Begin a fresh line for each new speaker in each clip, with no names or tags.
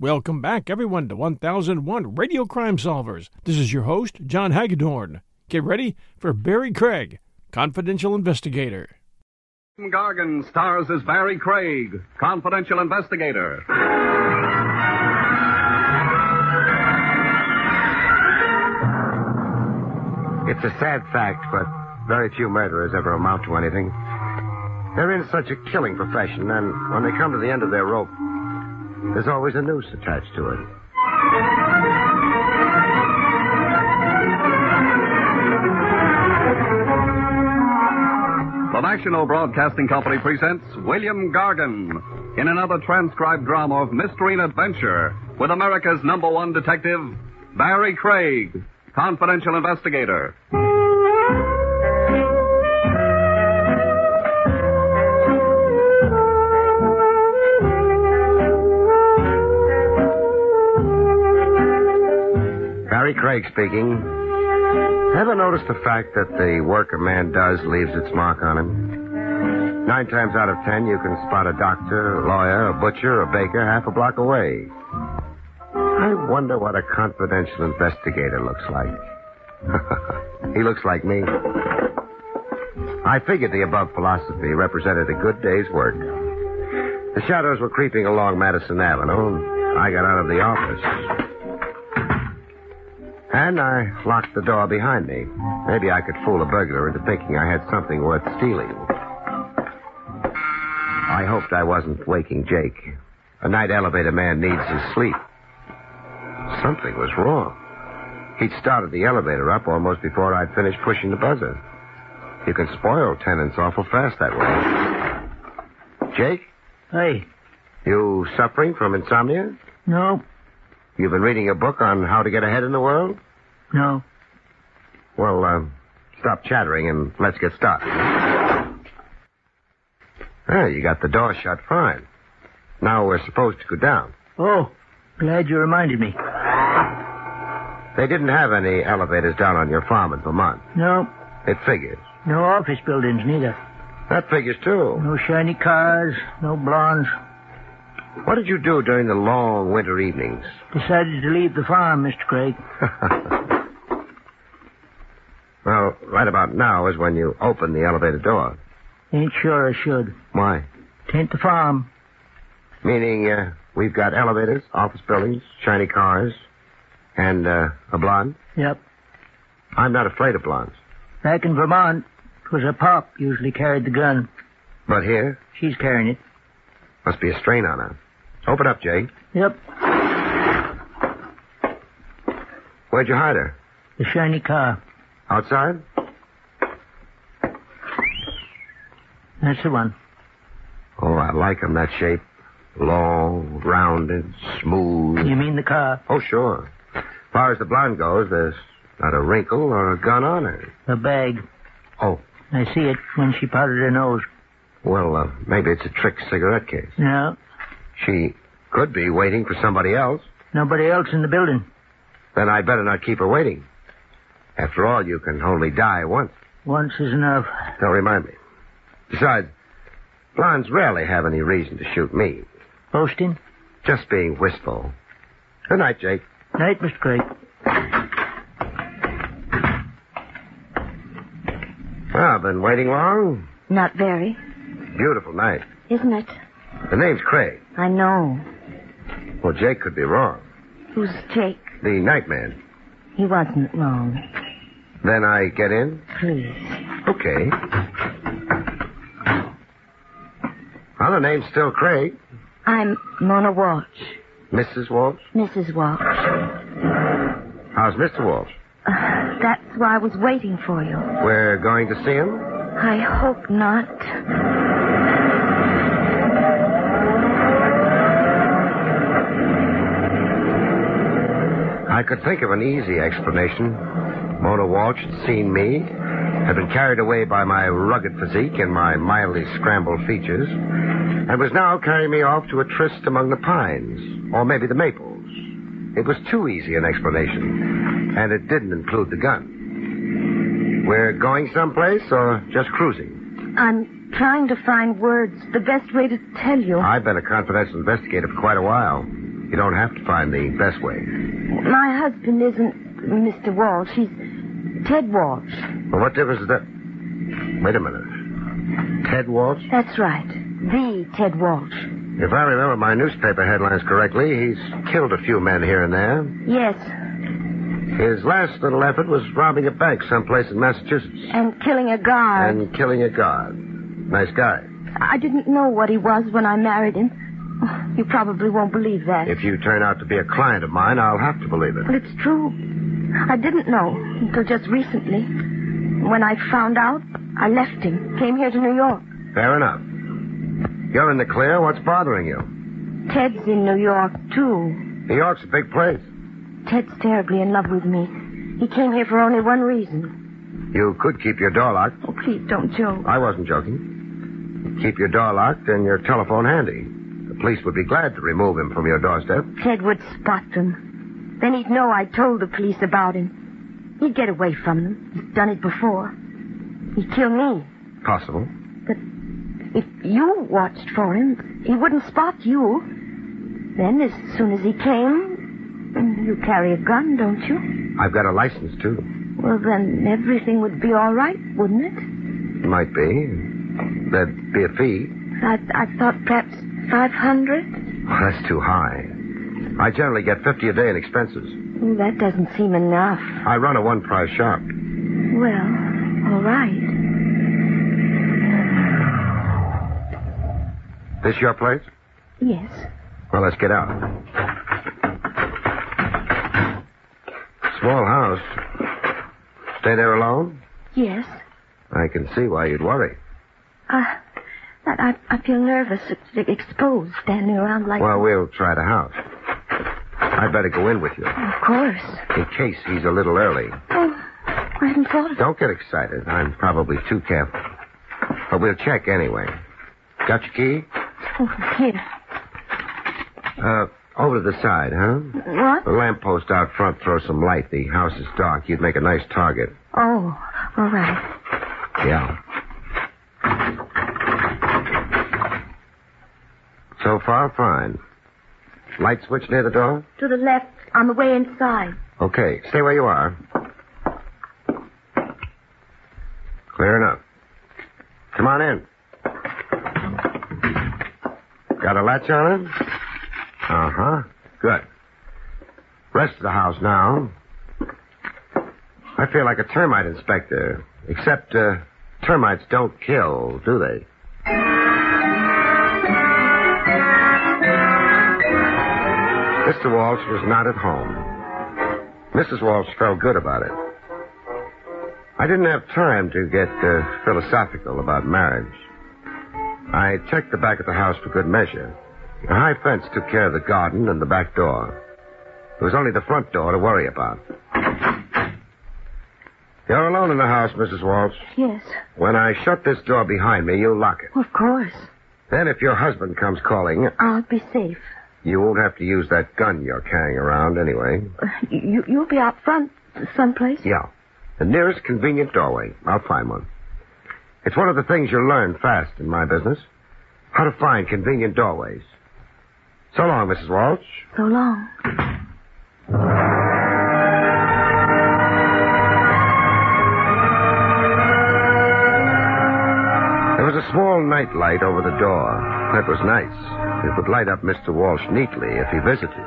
Welcome back, everyone, to 1001 Radio Crime Solvers. This is your host, John Hagedorn. Get ready for Barry Craig, confidential investigator.
Jim Gargan stars as Barry Craig, confidential investigator.
It's a sad fact, but very few murderers ever amount to anything. They're in such a killing profession, and when they come to the end of their rope, there's always a noose attached to it.
The National Broadcasting Company presents William Gargan in another transcribed drama of mystery and adventure with America's number one detective, Barry Craig, confidential investigator.
Barry Craig speaking. Ever noticed the fact that the work a man does leaves its mark on him? Nine times out of ten, you can spot a doctor, a lawyer, a butcher, a baker half a block away. I wonder what a confidential investigator looks like. he looks like me. I figured the above philosophy represented a good day's work. The shadows were creeping along Madison Avenue. I got out of the office. And I locked the door behind me. Maybe I could fool a burglar into thinking I had something worth stealing. I hoped I wasn't waking Jake. A night elevator man needs his sleep. Something was wrong. He'd started the elevator up almost before I'd finished pushing the buzzer. You can spoil tenants awful fast that way. Jake,
Hey,
you suffering from insomnia?
no,
You've been reading a book on how to get ahead in the world?
no.
Well, uh, stop chattering and let's get started. Well, you got the door shut fine. Now we're supposed to go down.
Oh, glad you reminded me.
They didn't have any elevators down on your farm in Vermont.
No,
It figures.
no office buildings neither.
That figures too.
No shiny cars, no blondes.
What did you do during the long winter evenings?
Decided to leave the farm, Mr. Craig.
well, right about now is when you open the elevator door.
Ain't sure I should.
Why?
Tain't the farm.
Meaning, uh, we've got elevators, office buildings, shiny cars, and, uh, a blonde.
Yep.
I'm not afraid of blondes.
Back in Vermont, 'twas a pop usually carried the gun.
But here,
She's carrying it.
Must be a strain on her. Open up, Jake.
Yep.
Where'd you hide her?
The shiny car.
Outside?
That's the one.
Oh, I like 'em that shape. Long, rounded, smooth.
You mean the car?
Oh, sure. Far as the blonde goes, there's not a wrinkle or a gun on her.
The bag.
Oh,
I see it when she powdered her nose.
well, uh, maybe it's a trick cigarette case.
No,
She could be waiting for somebody else.
nobody else in the building.
Then I'd better not keep her waiting. After all, you can only die once.
Once is enough.
Don't remind me. Besides, blondes rarely have any reason to shoot me.
Boasting?
Just being wistful. Good night, Jake.
Night, Mr. Craig.
Well, I've been waiting long.
Not very,
Beautiful night.
isn't it?
The name's Craig.
I know.
Well, Jake could be wrong.
Who's Jake?
The night man.
He wasn't wrong.
Then I get in?
Please.
Okay. Well, the name's still Craig.
I'm Mona Walsh,
Mrs. Walsh?
Mrs. Walsh.
How's Mr. Walsh?
That's why I was waiting for you.
We're going to see him?
I hope not.
I could think of an easy explanation. Mona Walsh had seen me, had been carried away by my rugged physique and my mildly scrambled features, and was now carrying me off to a tryst among the pines, or maybe the maples. It was too easy an explanation, and it didn't include the gun. We're going someplace or just cruising?
I'm trying to find words, the best way to tell you.
I've been a confidential investigator for quite a while. You don't have to find the best way.
My husband isn't Mr. Walsh. He's Ted Walsh.
Well, what difference does that? Wait a minute. Ted Walsh?
That's right. The Ted Walsh.
If I remember my newspaper headlines correctly, he's killed a few men here and there.
Yes.
His last little effort was robbing a bank someplace in Massachusetts
And killing a guard.
and killing a guard. Nice guy.
I didn't know what he was when I married him. Oh, You probably won't believe that.
If you turn out to be a client of mine, I'll have to believe it.
Well, it's true. I didn't know until just recently. When I found out, I left him. Came here to New York.
Fair enough. You're in the clear. What's bothering you?
Ted's in New York, too.
New York's a big place.
Ted's terribly in love with me. He came here for only one reason.
You could keep your door locked.
Oh, please don't joke.
I wasn't joking. Keep your door locked and your telephone handy. The police would be glad to remove him from your doorstep.
Ted would spot them. Then he'd know I told the police about him. He'd get away from them. He's done it before. He'd kill me.
Possible.
But if you watched for him, he wouldn't spot you. Then, as soon as he came, and you carry a gun, don't you?
I've got a license, too.
Well, then everything would be all right, wouldn't it?
Might be. That'd be a fee.
I, I thought perhaps 500?
Well, that's too high. I generally get 50 a day in expenses.
Well, that doesn't seem enough.
I run a one price shop.
Well, all right.
This your place?
Yes.
Well, let's get out. Small house. Stay there alone?
Yes.
I can see why you'd worry.
Uh, but I, I feel nervous, e- exposed, standing around like...
Well, we'll try the house. I'd better go in with you
Of course.
in case he's a little early.
Oh, I hadn't thought of
Don't get excited. I'm probably too careful. But we'll check anyway. Got your key?
Oh, here.
Uh, over to the side, huh?
What?
The lamppost out front throws some light. The house is dark. You'd make a nice target.
Oh, all right.
Yeah. So far, fine. Light switch near the door?
To the left, on the way inside.
Okay, stay where you are. Clear enough. Come on in. Got a latch on it? Uh huh. Good. Rest of the house now. I feel like a termite inspector. Except, uh, termites don't kill, do they? Mr. Walsh was not at home. Mrs. Walsh felt good about it. I didn't have time to get uh, philosophical about marriage. I checked the back of the house for good measure. A high fence took care of the garden and the back door. There was only the front door to worry about. You're alone in the house, Mrs. Walsh.
Yes,
When I shut this door behind me, you lock it.
of course.
Then, if your husband comes calling,
I'll be safe.
you won't have to use that gun you're carrying around anyway.
Uh, You, you'll be out front someplace?
Yeah. The nearest convenient doorway. I'll find one. It's one of the things you learn fast in my business. How to find convenient doorways. So long, Mrs. Walsh.
So long.
There was a small night light over the door. That was nice. It would light up Mr. Walsh neatly if he visited.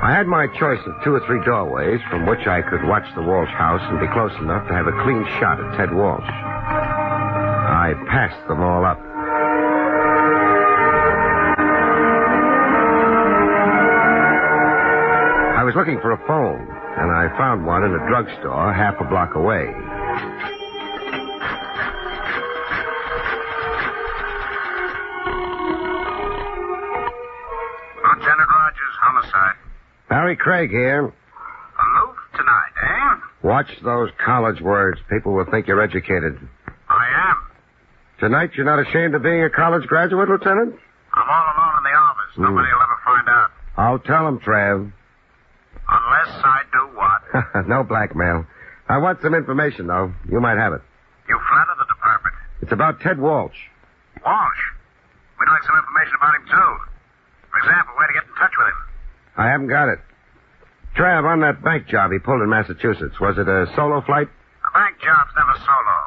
I had my choice of two or three doorways from which I could watch the Walsh house and be close enough to have a clean shot at Ted Walsh. I passed them all up. I was looking for a phone, and I found one in a drugstore half a block away.
Lieutenant Rogers, homicide.
Barry Craig here.
Aloof tonight, eh?
Watch those college words. People will think you're educated.
I am.
Tonight, you're not ashamed of being a college graduate, Lieutenant?
I'm all alone in the office.
Hmm.
Nobody will ever find out.
I'll tell them, Trav.
Unless I do what?
no blackmail. I want some information, though. You might have it.
You flatter the department.
It's about Ted Walsh.
Walsh. We'd like some information about him, too. example way to get in touch with him.
I haven't got it. Trav, on that bank job he pulled in Massachusetts, was it a solo flight?
A bank job's never solo,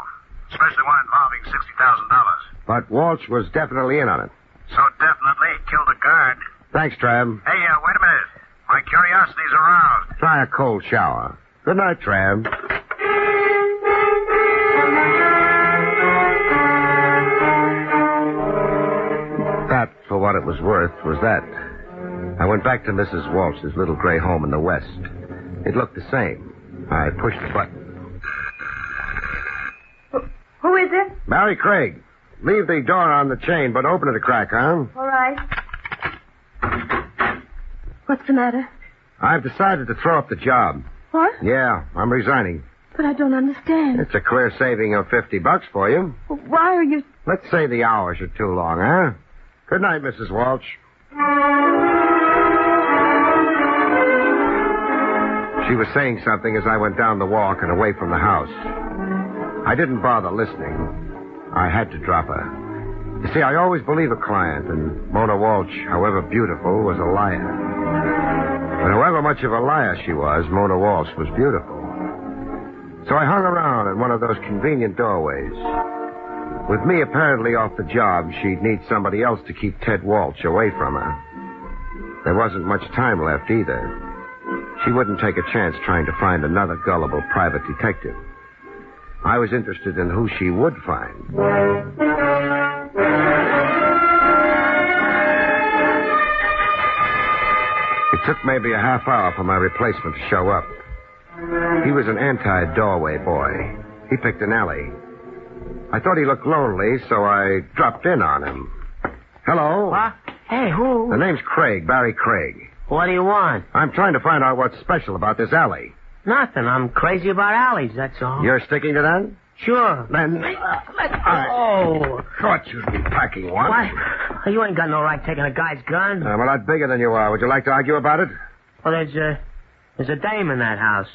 especially one involving $60,000.
But Walsh was definitely in on it.
So definitely he killed a guard.
Thanks, Trav.
Hey, uh, wait a minute. My curiosity's aroused.
Try a cold shower. Good night, Trav. That, for what it was worth, was that. I went back to Mrs. Walsh's little gray home in the west. It looked the same. I pushed the button.
Who is it?
Mary Craig, leave the door on the chain, but open it a crack, huh?
All right.
What's the matter?
I've decided to throw up the job.
What?
Yeah, I'm resigning.
But I don't understand.
It's a clear saving of 50 bucks for you.
Why are you.
Let's say the hours are too long, huh? Good night, Mrs. Walsh. She was saying something as I went down the walk and away from the house. I didn't bother listening. I had to drop her. You see, I always believe a client, and Mona Walsh, however beautiful, was a liar. But however much of a liar she was, Mona Walsh was beautiful. So I hung around at one of those convenient doorways. With me apparently off the job, she'd need somebody else to keep Ted Walsh away from her. There wasn't much time left either. She wouldn't take a chance trying to find another gullible private detective. I was interested in who she would find. It took maybe a half hour for my replacement to show up. He was an anti doorway boy. He picked an alley. I thought he looked lonely, so I dropped in on him. Hello.
What? Hey, who?
The name's Craig, Barry Craig.
What do you want?
I'm trying to find out what's special about this alley.
Nothing. I'm crazy about alleys, that's all.
You're sticking to that?
Sure.
Then
Oh.
thought you'd be packing one.
Why? You ain't got no right taking a guy's gun.
I'm a lot bigger than you are. Would you like to argue about it?
Well, there's a, there's a dame in that house.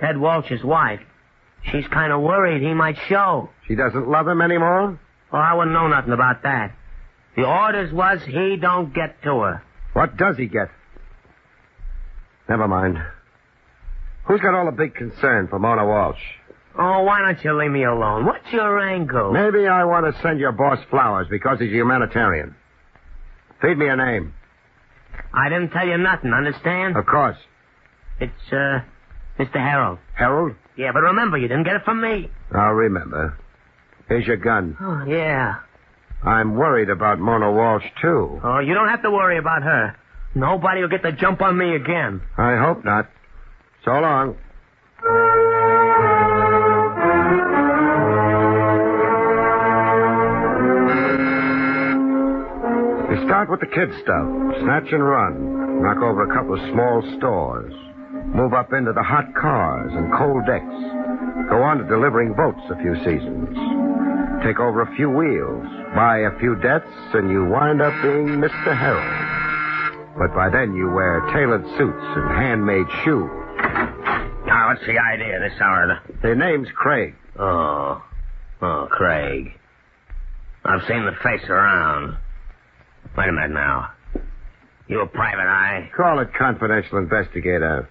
Ted Walsh's wife. She's kind of worried he might show.
She doesn't love him anymore?
Well, I wouldn't know nothing about that. The orders was he don't get to her.
What does he get? Never mind. Who's got all the big concern for Mona Walsh?
Oh, why don't you leave me alone? What's your angle?
Maybe I want to send your boss flowers because he's a humanitarian. Feed me a name.
I didn't tell you nothing, understand?
Of course.
It's, uh, Mr. Harold.
Harold?
Yeah, but remember, you didn't get it from me.
I'll remember. Here's your gun.
Oh, yeah.
I'm worried about Mona Walsh, too.
Oh, you don't have to worry about her. Nobody will get the jump on me again.
I hope not. So long. You start with the kid stuff. Snatch and run. Knock over a couple of small stores. Move up into the hot cars and cold decks. Go on to delivering boats a few seasons. Take over a few wheels. Buy a few debts, and you wind up being Mr. Harold. But by then you wear tailored suits and handmade shoes.
Now, Ah, what's the idea this hour?
Their name's Craig.
Oh. Oh, Craig. I've seen the face around. Wait a minute now. You a private eye?
Call it confidential investigator.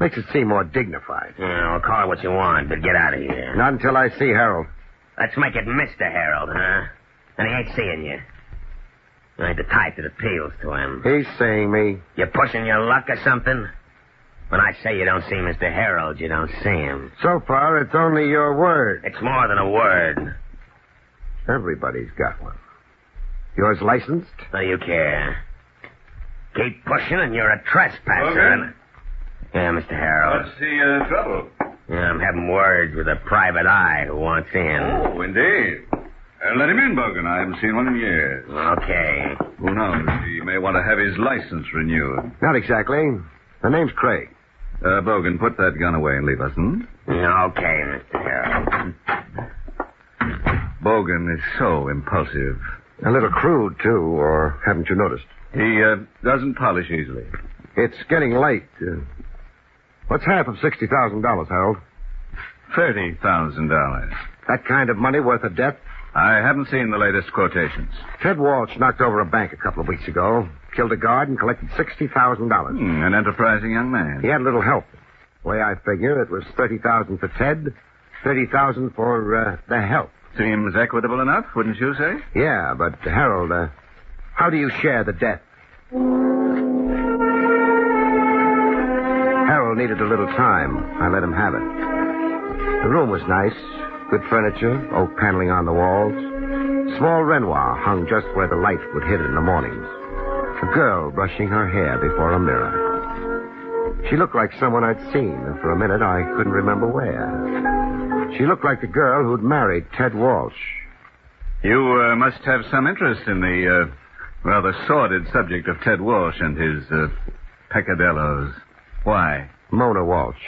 Makes it seem more dignified.
Yeah, well, call it what you want, but get out of here.
Not until I see Harold.
Let's make it Mr. Harold, huh? And he ain't seeing you. You ain't the type that appeals to him.
He's seeing me.
You pushing your luck or something? When I say you don't see Mr. Harold, you don't see him.
So far, it's only your word.
It's more than a word.
Everybody's got one. Yours licensed?
What do you care? Keep pushing and you're a trespasser.
Logan?
Yeah, Mr. Harold.
What's the uh, trouble?
Yeah, I'm having words with a private eye who wants in.
Oh, indeed. Uh, let him in, Bogan. I haven't seen one in years.
Okay.
Who knows? He may want to have his license renewed.
Not exactly. The name's Craig.
Uh, Bogan, put that gun away and leave us, hmm?
Yeah, Okay, Mr. Harold.
Bogan is
Oh,
so impulsive.
A little crude, too, or haven't you noticed?
He uh, doesn't polish easily.
It's getting late. Uh, what's half of $60,000, Harold?
$30,000.
That kind of money worth a debt?
I haven't seen the latest quotations.
Ted Walsh knocked over a bank a couple of weeks ago. killed a guard and collected $60,000.
Hmm, an enterprising young man.
He had a little help. The way I figure, it was 30000 for Ted, 30000 for uh, the help.
Seems equitable enough, wouldn't you say?
Yeah, but Harold, uh, how do you share the death? Harold needed a little time. I let him have it. The room was nice, good furniture, oak paneling on the walls. Small Renoir hung just where the light would hit it in the mornings. A girl brushing her hair before a mirror. She looked like someone I'd seen, and for a minute I couldn't remember where. She looked like the girl who'd married Ted Walsh.
You uh, must have some interest in the uh, rather sordid subject of Ted Walsh and his uh, peccadillos. Why?
Mona Walsh.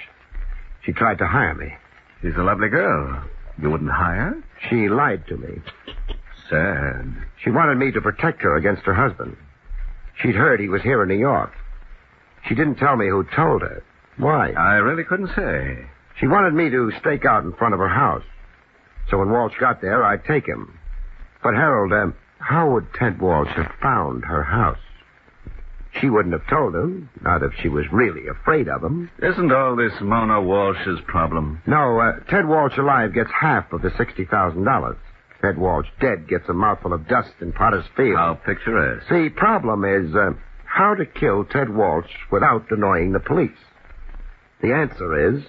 She tried to hire me.
She's a lovely girl. You wouldn't hire? her?
She lied to me.
Sad.
She wanted me to protect her against her husband. She'd heard he was here in New York. She didn't tell me who told her. Why?
I really couldn't say.
She wanted me to stake out in front of her house. So when Walsh got there, I'd take him. But Harold, um, how would Ted Walsh have found her house? She wouldn't have told him, not if she was really afraid of him.
Isn't all this Mona Walsh's problem?
No, uh, Ted Walsh alive gets half of the $60,000. Ted Walsh dead gets a mouthful of dust in Potter's Field.
How picturesque.
The problem is uh, how to kill Ted Walsh without annoying the police. The answer is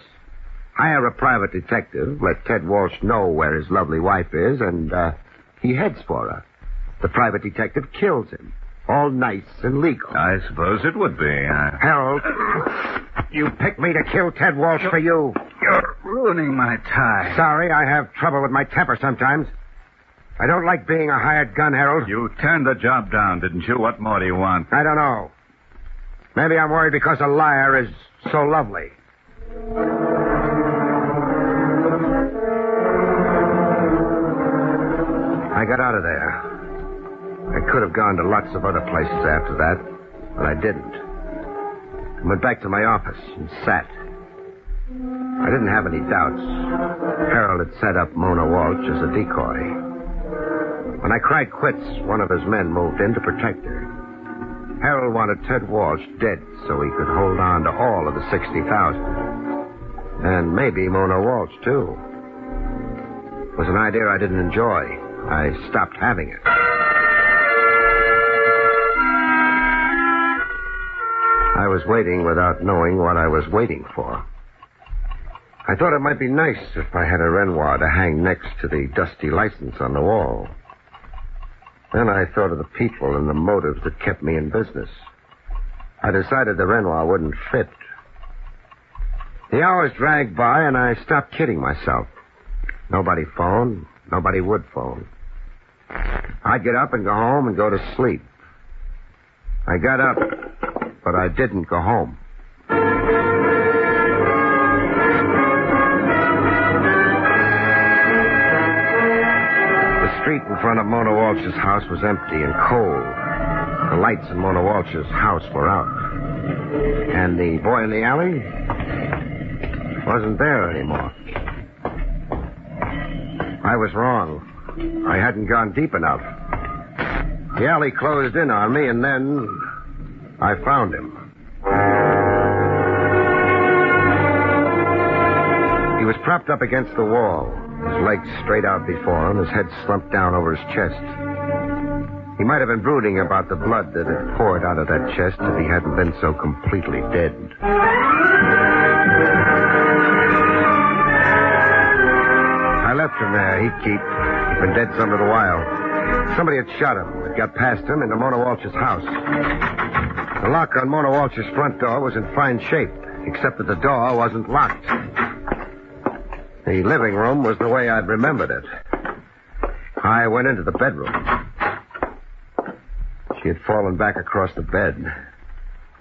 hire a private detective, let Ted Walsh know where his lovely wife is, and uh, he heads for her. The private detective kills him. All nice and legal.
I suppose it would be.
uh,
I...
Harold, you picked me to kill Ted Walsh for you.
You're ruining my tie.
Sorry, I have trouble with my temper sometimes. I don't like being a hired gun, Harold.
You turned the job down, didn't you? What more do you want?
I don't know. Maybe I'm worried because a liar is so lovely. I got out of there. I could have gone to lots of other places after that, but I didn't. I went back to my office and sat. I didn't have any doubts. Harold had set up Mona Walsh as a decoy. When I cried quits, one of his men moved in to protect her. Harold wanted Ted Walsh dead so he could hold on to all of the 60,000. And maybe Mona Walsh, too. It was an idea I didn't enjoy. I stopped having it. I was waiting without knowing what I was waiting for. I thought it might be nice if I had a Renoir to hang next to the dusty license on the wall. Then I thought of the people and the motives that kept me in business. I decided the Renoir wouldn't fit. The hours dragged by, and I stopped kidding myself. Nobody phoned. Nobody would phone. I'd get up and go home and go to sleep. I got up, but I didn't go home. The street in front of Mona Walsh's house was empty and cold. The lights in Mona Walsh's house were out. And the boy in the alley wasn't there anymore. I was wrong. I hadn't gone deep enough. The alley closed in on me, and then I found him. He was propped up against the wall, his legs straight out before him, his head slumped down over his chest. He might have been brooding about the blood that had poured out of that chest if he hadn't been so completely dead. I left him there. He'd keep. He'd been dead some little while. Somebody had shot him. It got past him into Mona Walsh's house. The lock on Mona Walsh's front door was in fine shape, except that the door wasn't locked. The living room was the way I'd remembered it. I went into the bedroom. She had fallen back across the bed.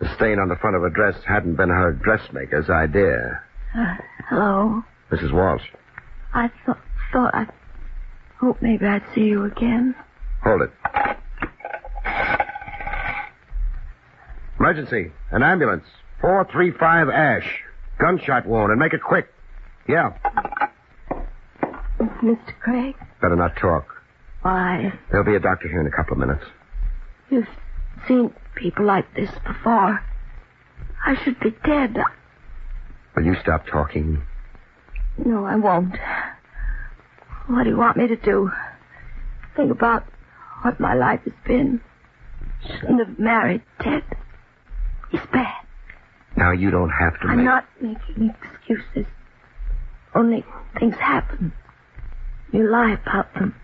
The stain on the front of her dress hadn't been her dressmaker's idea.
Uh, Hello?
Mrs. Walsh.
I th- thought I hope maybe I'd see you again.
Hold it. Emergency. An ambulance. 435 Ash. Gunshot wound, and make it quick. Yeah.
Mr. Craig?
Better not talk.
Why,
There'll be a doctor here in a couple of minutes.
you've seen people like this before. I should be dead.
Will you stop talking?
No, I won't. What do you want me to do? Think about what my life has been. Shouldn't have married Ted. He's bad.
Now you don't have to
I'm
make.
not making excuses. Only things happen. You lie about them,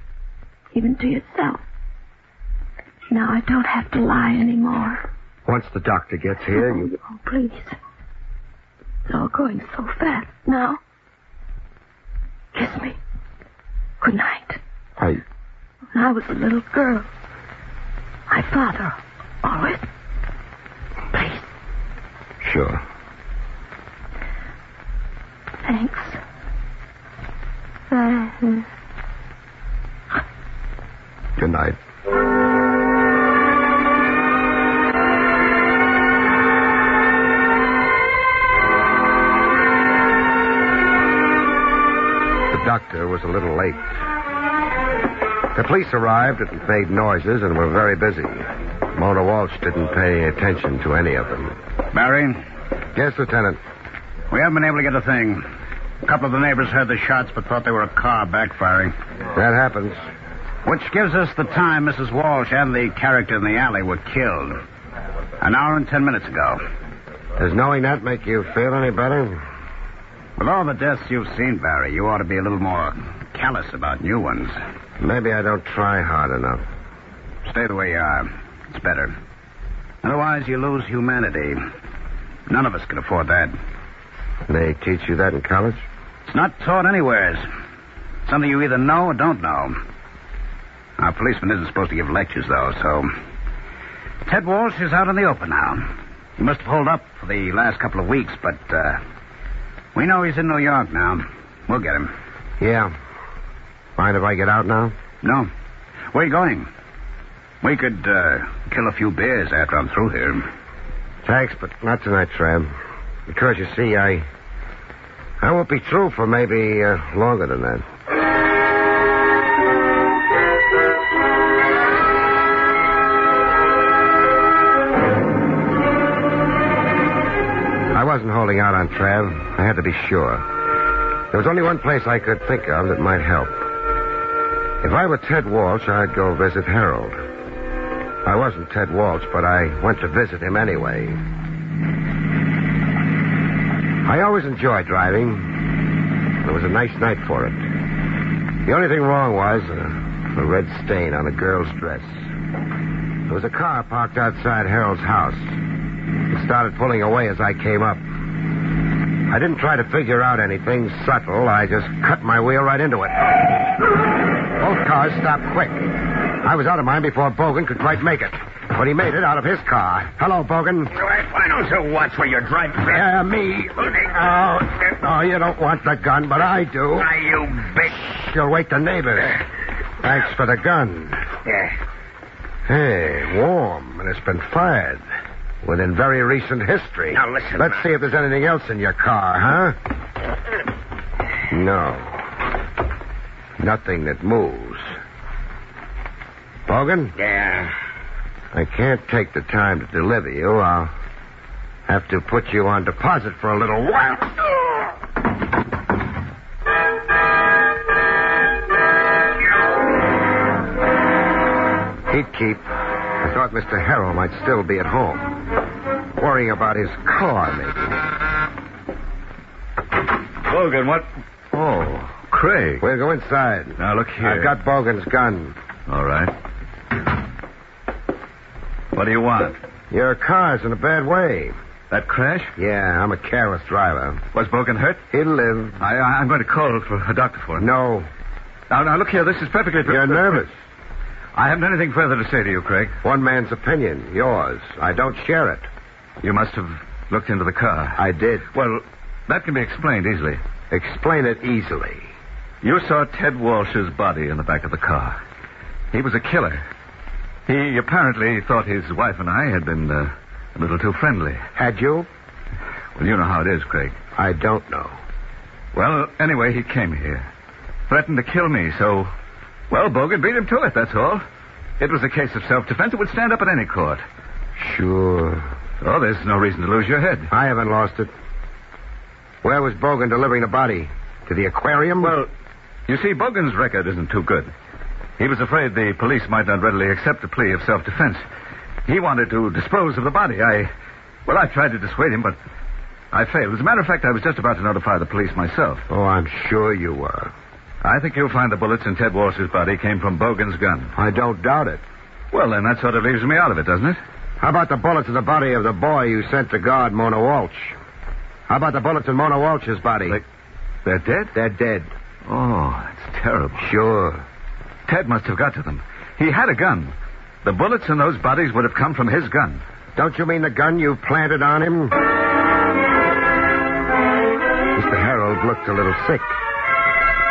even to yourself. Now I don't have to lie anymore.
Once the doctor gets here, you
Oh, please. It's all going so fast now. Kiss me. Good night.
I
When I was a little girl, my father always. Please,
sure.
thanks. Uh,
Good night. The doctor was a little late. The police arrived and made noises and were very busy. Mona Walsh didn't pay attention to any of them.
Barry,
Yes, Lieutenant.
we haven't been able to get a thing. A couple of the neighbors heard the shots but thought they were a car backfiring.
That happens.
Which gives us the time Mrs. Walsh and the character in the alley were killed. An hour and ten minutes ago.
Does knowing that make you feel any better?
With all the deaths you've seen, Barry, you ought to be a little more callous about new ones.
Maybe I don't try hard enough.
Stay the way you are. It's better. Otherwise, you lose humanity. None of us can afford that.
They teach you that in college?
It's not taught anywheres. Something you either know or don't know. Our policeman isn't supposed to give lectures, though, so. Ted Walsh is out in the open now. He must have holed up for the last couple of weeks, but uh, we know he's in New York now. We'll get him.
Yeah. Mind if I get out now?
No. Where are you going? We could uh, kill a few bears after I'm through here.
Thanks, but not tonight, Tram. Because you see, I I won't be through for maybe uh, longer than that. I wasn't holding out on Trav. I had to be sure. There was only one place I could think of that might help. If I were Ted Walsh, I'd go visit Harold. I wasn't Ted Walsh, but I went to visit him anyway. I always enjoy driving. It was a nice night for it. The only thing wrong was uh, a red stain on a girl's dress. There was a car parked outside Harold's house. It started pulling away as I came up. I didn't try to figure out anything subtle. I just cut my wheel right into it. Both cars stopped quick. I was out of mine before Bogan could quite make it. But he made it out of his car. Hello, Bogan.
Why don't you watch where you're driving?
Yeah, me.
Uh,
Oh, oh, you don't want the gun, but I do.
Why, you bitch.
You'll wake the neighbors. Thanks for the gun.
Yeah.
Hey, warm, and it's been fired. Within very recent history.
Now, listen,
Let's
now.
see if there's anything else in your car, huh? No. Nothing that moves. Bogan,
Yeah.
I can't take the time to deliver you. I'll have to put you on deposit for a little while. He'd keep. I thought Mr. Harrow might still be at home. Worrying about his car, maybe.
Logan, what? Oh, Craig.
We'll go inside.
Now, look here.
I've got Bogan's gun.
All right. What do you want?
Your car's in a bad way.
That crash?
Yeah, I'm a careless driver.
Was Bogan hurt?
He'll uh, live.
I, I, am going to call for a doctor for him.
No,
Now, now, look here. This is perfectly.
you're nervous.
I haven't anything further to say to you, Craig.
One man's opinion, yours. I don't share it.
You must have looked into the car.
I did.
Well, that can be explained easily.
Explain it easily.
You saw Ted Walsh's body in the back of the car. He was a killer. He apparently thought his wife and I had been uh, a little too friendly.
Had you?
Well, you know how it is, Craig.
I don't know.
Well, anyway, he came here. Threatened to kill me, so. Well, Bogan beat him to it, that's all. It was a case of self defense. It would stand up in any court.
Sure.
Oh, there's no reason to lose your head.
I haven't lost it. Where was Bogan delivering the body? To the aquarium?
Well, you see, Bogan's record isn't too good. He was afraid the police might not readily accept a plea of self defense. He wanted to dispose of the body. I. Well, I tried to dissuade him, but I failed. As a matter of fact, I was just about to notify the police myself.
Oh, I'm sure you were.
I think you'll find the bullets in Ted Walsh's body came from Bogan's gun.
I don't doubt it.
Well, then, that sort of leaves me out of it, doesn't it?
How about the bullets in the body of the boy you sent to guard Mona Walsh? How about the bullets in Mona Walsh's body?
They- They're dead?
They're dead.
Oh, that's terrible.
Sure.
Ted must have got to them. He had a gun. The bullets in those bodies would have come from his gun.
Don't you mean the gun you planted on him? Mr. Harold looked a little sick.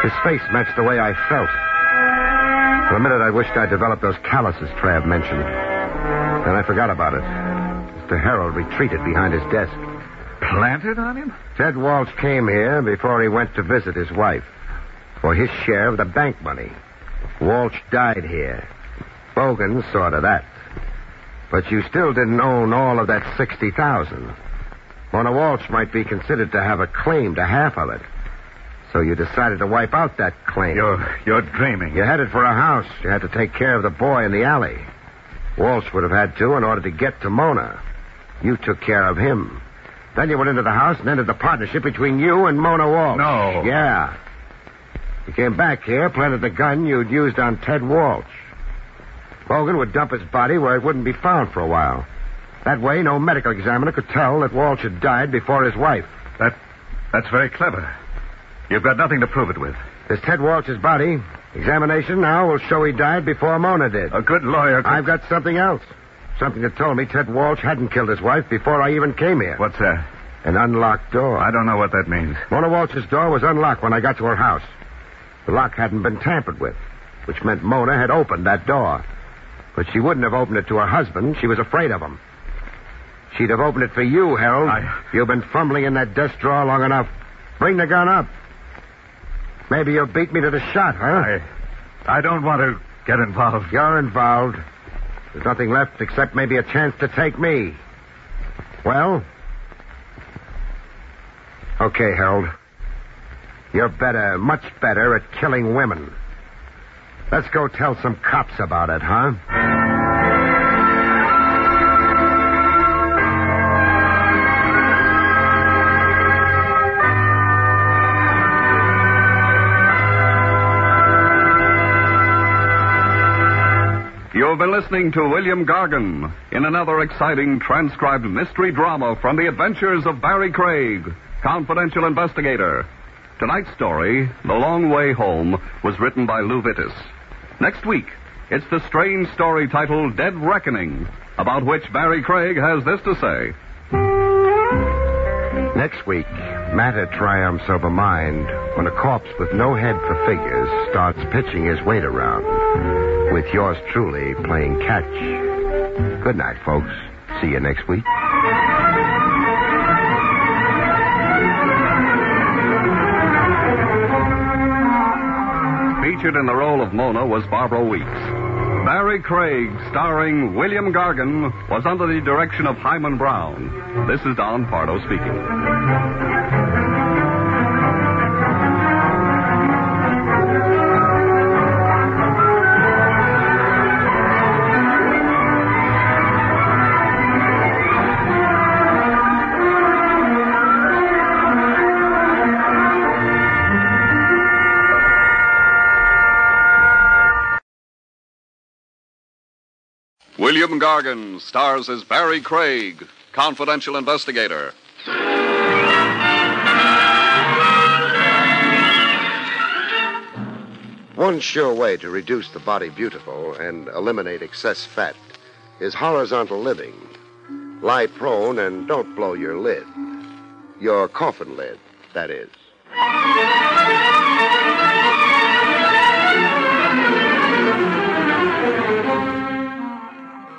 His face matched the way I felt. For a minute, I wished I'd developed those calluses Trav mentioned. Then I forgot about it. Mr. Harold retreated behind his desk.
Planted on him?
Ted Walsh came here before he went to visit his wife for his share of the bank money. Walsh died here. Bogan saw to that. But you still didn't own all of that 60000 Mona Walsh might be considered to have a claim to half of it. So you decided to wipe out that claim.
You're, you're dreaming.
You headed for a house. You had to take care of the boy in the alley. Walsh would have had to in order to get to Mona. You took care of him. Then you went into the house and ended the partnership between you and Mona Walsh.
No.
Yeah. You came back here, planted the gun you'd used on Ted Walsh. Bogan would dump his body where it wouldn't be found for a while. That way, no medical examiner could tell that Walsh had died before his wife.
That, that's very clever. You've got nothing to prove it with.
There's Ted Walsh's body. Examination now will show he died before Mona did.
A good lawyer could...
I've got something else. Something that told me Ted Walsh hadn't killed his wife before I even came here.
What's that?
An unlocked door.
I don't know what that means.
Mona Walsh's door was unlocked when I got to her house. The lock hadn't been tampered with, which meant Mona had opened that door. But she wouldn't have opened it to her husband. She was afraid of him. She'd have opened it for you, Harold.
I-
You've been fumbling in that desk drawer long enough. Bring the gun up. Maybe you'll beat me to the shot, huh?
I, I don't want to get involved.
You're involved. There's nothing left except maybe a chance to take me. Well? Okay, Harold. You're better, much better at killing women. Let's go tell some cops about it, huh?
You've been listening to William Gargan in another exciting transcribed mystery drama from the adventures of Barry Craig, confidential investigator. Tonight's story, The Long Way Home, was written by Lou Vittis. Next week, it's the strange story titled Dead Reckoning, about which Barry Craig has this to say.
Next week, matter triumphs over mind when a corpse with no head for figures starts pitching his weight around. With yours truly playing catch. Good night, folks. See you next week.
Featured in the role of Mona was Barbara Weeks. Barry Craig, starring William Gargan, was under the direction of Hyman Brown. This is Don Pardo speaking. William Gargan stars as Barry Craig, confidential investigator.
One sure way to reduce the body beautiful and eliminate excess fat is horizontal living. Lie prone and don't blow your lid. Your coffin lid, that is.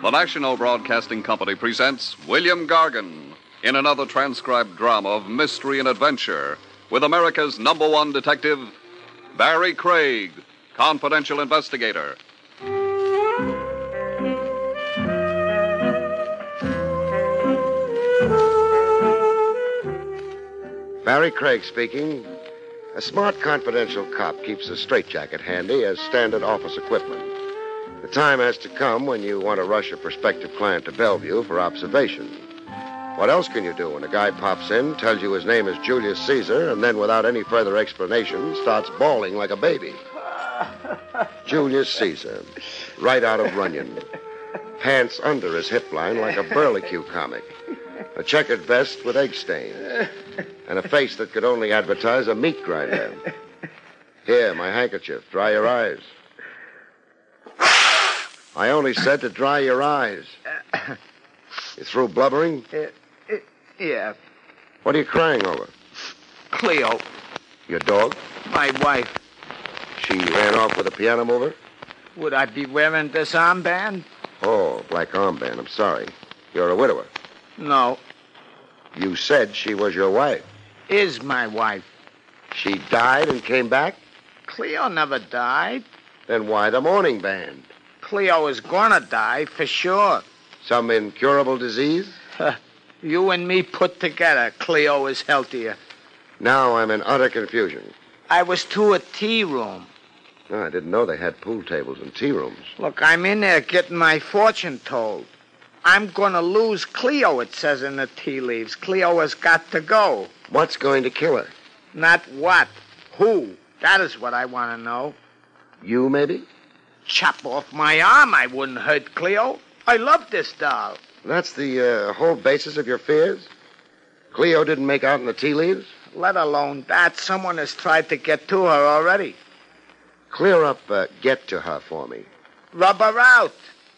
The National Broadcasting Company presents William Gargan in another transcribed drama of mystery and adventure with America's number one detective, Barry Craig, confidential investigator.
Barry Craig speaking. A smart, confidential cop keeps a straitjacket handy as standard office equipment. The time has to come when you want to rush a prospective client to Bellevue for observation. What else can you do when a guy pops in, tells you his name is Julius Caesar, and then, without any further explanation, starts bawling like a baby? Julius Caesar, right out of Runyon. Pants under his hip line like a burlicue comic. A checkered vest with egg stains. And a face that could only advertise a meat grinder. Here, my handkerchief. Dry your eyes. I only said to dry your eyes. You through blubbering?
Uh, Yeah,
What are you crying over?
Cleo,
Your dog?
my wife,
She ran off with a piano mover?
would I be wearing this armband?
Oh, black armband. I'm sorry. You're a widower.
No,
You said she was your wife.
is my wife.
She died and came back?
Cleo never died.
Then why the mourning band?
Cleo is gonna die for sure.
Some incurable disease?
You and me put together, Cleo is healthier.
Now I'm in utter confusion.
I was to a tea room.
No, I didn't know they had pool tables and tea rooms.
Look, I'm in there getting my fortune told. I'm gonna lose Cleo, it says in the tea leaves. Cleo has got to go.
What's going to kill her?
Not what, who. That is what I want to know.
You, maybe?
Chop off my arm, I wouldn't hurt Cleo. I love this doll.
That's the uh, whole basis of your fears? Cleo didn't make out in the tea leaves?
Let alone that, someone has tried to get to her already.
Clear up, uh, get to her for me.
Rub her out.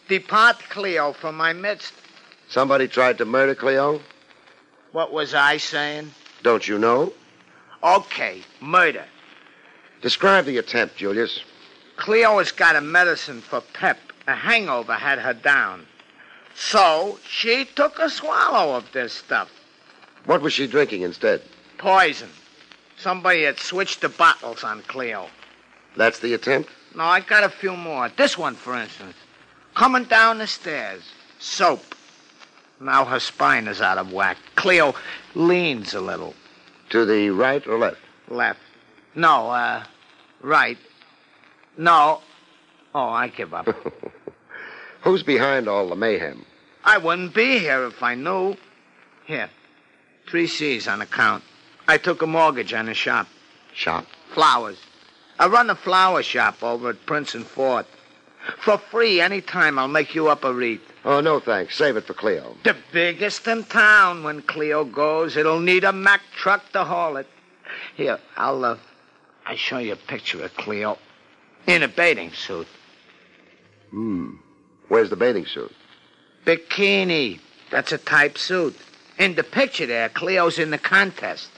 Depart Cleo from my midst.
Somebody tried to murder Cleo?
What was I saying?
Don't you know?
Okay, murder.
Describe the attempt, Julius.
Cleo has got a medicine for pep. A hangover had her down. So she took a swallow of this stuff.
What was she drinking instead?
Poison. Somebody had switched the bottles on Cleo.
That's the attempt?
No, I got a few more. This one, for instance. Coming down the stairs. Soap. Now her spine is out of whack. Cleo leans a little.
To the right or left?
Left. No, uh, right. No. Oh, I give up.
Who's behind all the mayhem?
I wouldn't be here if I knew. Here. Three C's on account. I took a mortgage on a shop.
Shop.
Flowers. I run a flower shop over at Prince and Fort. For free, any time I'll make you up a wreath.
Oh, no thanks. Save it for Cleo.
The biggest in town. When Cleo goes, it'll need a Mack truck to haul it. Here, I'll uh, I show you a picture of Cleo in a bathing suit,
Hmm. Where's the bathing suit?
bikini. That's a type suit. In the picture there, Cleo's in the contest.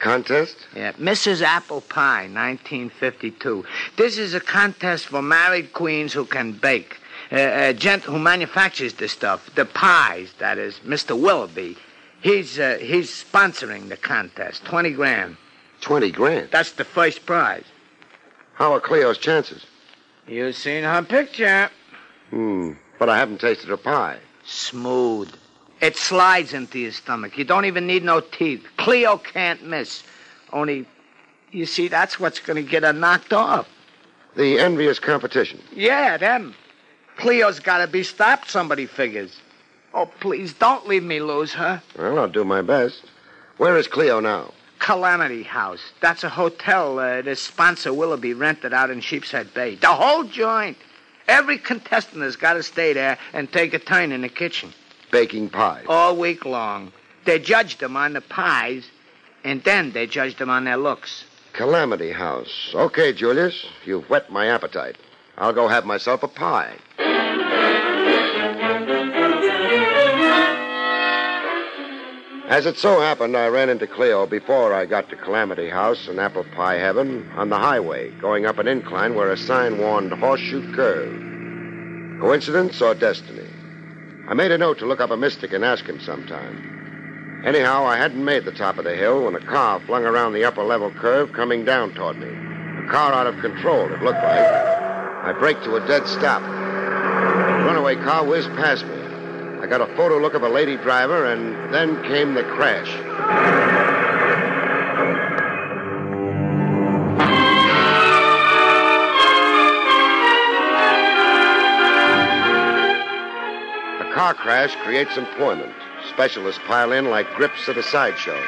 Contest?
Yeah, Mrs. Apple Pie, 1952. This is a contest for married queens who can bake. Uh, a gent who manufactures the stuff, the pies, that is, Mr. Willoughby. He's uh, he's sponsoring the contest, twenty grand.
Twenty grand.
That's the first prize.
How are Cleo's chances?
You seen her picture?
Hmm. But I haven't tasted her pie.
Smooth. It slides into your stomach. You don't even need no teeth. Cleo can't miss. Only, you see, that's what's going to get her knocked off.
The envious competition.
Yeah, them. Cleo's got to be stopped, somebody figures. Oh, please, don't leave me lose her.
Well, I'll do my best. Where is Cleo now?
Calamity House. That's a hotel uh, this sponsor Willoughby rented out in Sheepshead Bay. The whole joint. Every contestant has got to stay there and take a turn in the kitchen
Baking pie.
all week long. They judged them on the pies, and then they judged them on their looks.
Calamity House. Okay, Julius. You've whet my appetite. I'll go have myself a pie. As it so happened, I ran into Cleo before I got to Calamity House in Apple Pie Heaven on the highway, going up an incline where a sign warned Horseshoe Curve. Coincidence or destiny? I made a note to look up a mystic and ask him sometime. Anyhow, I hadn't made the top of the hill when a car flung around the upper level curve coming down toward me. A car out of control, it looked like. I braked to a dead stop. The runaway car whizzed past me. I got a photo look of a lady driver, and then came the crash. car crash creates employment. Specialists pile in like grips at a sideshow.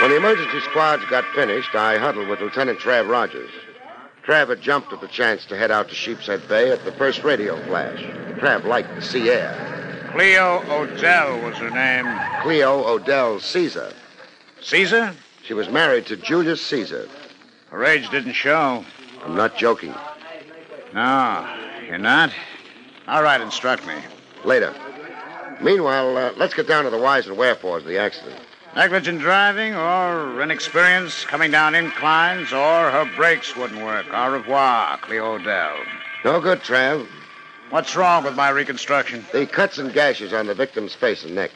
When the emergency squads got finished, I huddled with Lieutenant Trav Rogers. Trav had jumped at the chance to head out to Sheepshead Bay at the first radio flash. Trav liked the sea air.
Cleo Odell was her name.
Cleo Odell Caesar.
Caesar?
She was married to Julius Caesar.
Her age didn't show.
I'm not joking.
No, you're not? All right, instruct me.
Later. Meanwhile, uh, let's get down to the whys and wherefores of the accident.
Negligent driving or inexperience coming down inclines or her brakes wouldn't work. Au revoir, Cleo Odell.
No good, Trav.
What's wrong with my reconstruction?
The cuts and gashes on the victim's face and neck.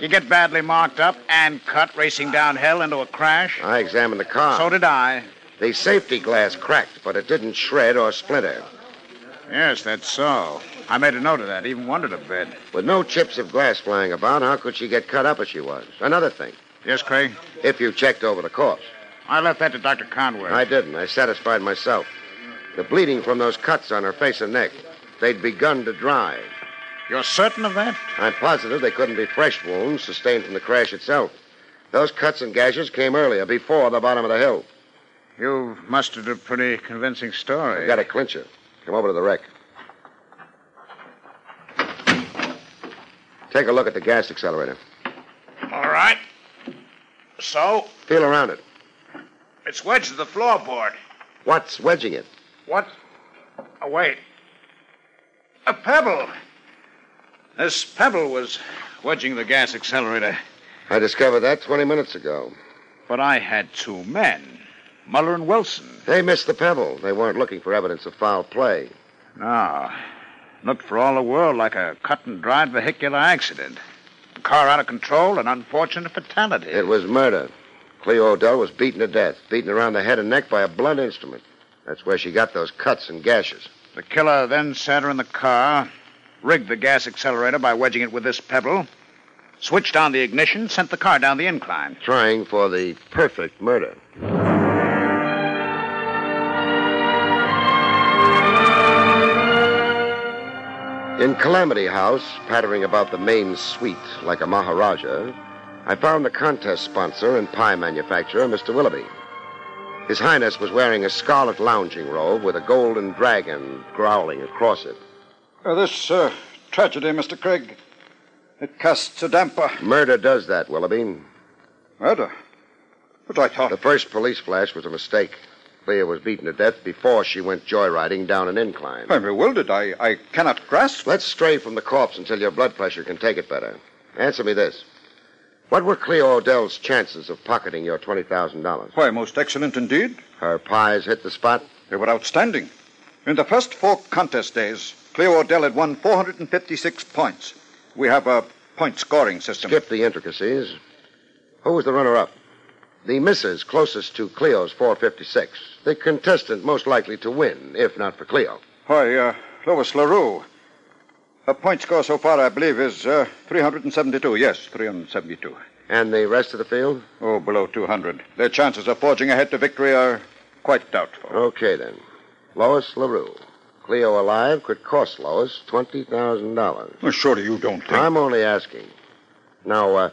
You get badly marked up and cut racing downhill into a crash?
I examined the car.
So did I.
The safety glass cracked, but it didn't shred or splinter.
Yes, that's so. I made a note of that, even wondered a bit.
With no chips of glass flying about, how could she get cut up as she was? Another thing,
Yes, Craig?
if you checked over the corpse.
I left that to Dr. Conway.
I didn't. I satisfied myself. The bleeding from those cuts on her face and neck, they'd begun to dry.
You're certain of that?
I'm positive they couldn't be fresh wounds sustained from the crash itself. Those cuts and gashes came earlier, before the bottom of the hill.
You've mustered a pretty convincing story.
I got a clincher. Come over to the wreck. Take a look at the gas accelerator.
All right. So,
Feel around it.
it's wedged to the floorboard.
What's wedging it?
What? Oh, wait. A pebble. This pebble was wedging the gas accelerator.
I discovered that 20 minutes ago.
But I had two men, Muller and Wilson.
They missed the pebble. They weren't looking for evidence of foul play.
No. Looked for all the world like a cut and dried vehicular accident. A car out of control, an unfortunate fatality.
It was murder. Cleo Odell was beaten to death, beaten around the head and neck by a blunt instrument. That's where she got those cuts and gashes.
The killer then sat her in the car, rigged the gas accelerator by wedging it with this pebble, switched on the ignition, sent the car down the incline.
Trying for the perfect murder. In Calamity House, pattering about the main suite like a Maharaja, I found the contest sponsor and pie manufacturer, Mr. Willoughby. His Highness was wearing a scarlet lounging robe with a golden dragon growling across it.
this uh, tragedy, Mr. Craig, it casts a damper.
Murder does that, Willoughby.
Murder? But I thought.
The first police flash was a mistake. Leah was beaten to death before she went joyriding down an incline.
I'm bewildered. I, I cannot grasp.
Let's stray from the corpse until your blood pressure can take it better. Answer me this. What were Cleo Odell's chances of pocketing your $20,000?
Why, most excellent indeed.
Her pies hit the spot?
They were outstanding. In the first four contest days, Cleo Odell had won 456 points. We have a point scoring system.
Skip the intricacies. Who was the runner up? The missus closest to Cleo's 456. The contestant most likely to win, if not for Cleo.
Why, uh, Lois LaRue. Her point score so far, I believe, is uh, 372. Yes, 372.
And the rest of the field?
Oh, below 200. Their chances of forging ahead to victory are quite doubtful.
Okay, then. Lois LaRue. Cleo alive could cost Lois $20,000.
Well, surely you don't think.
I'm only asking. Now, uh,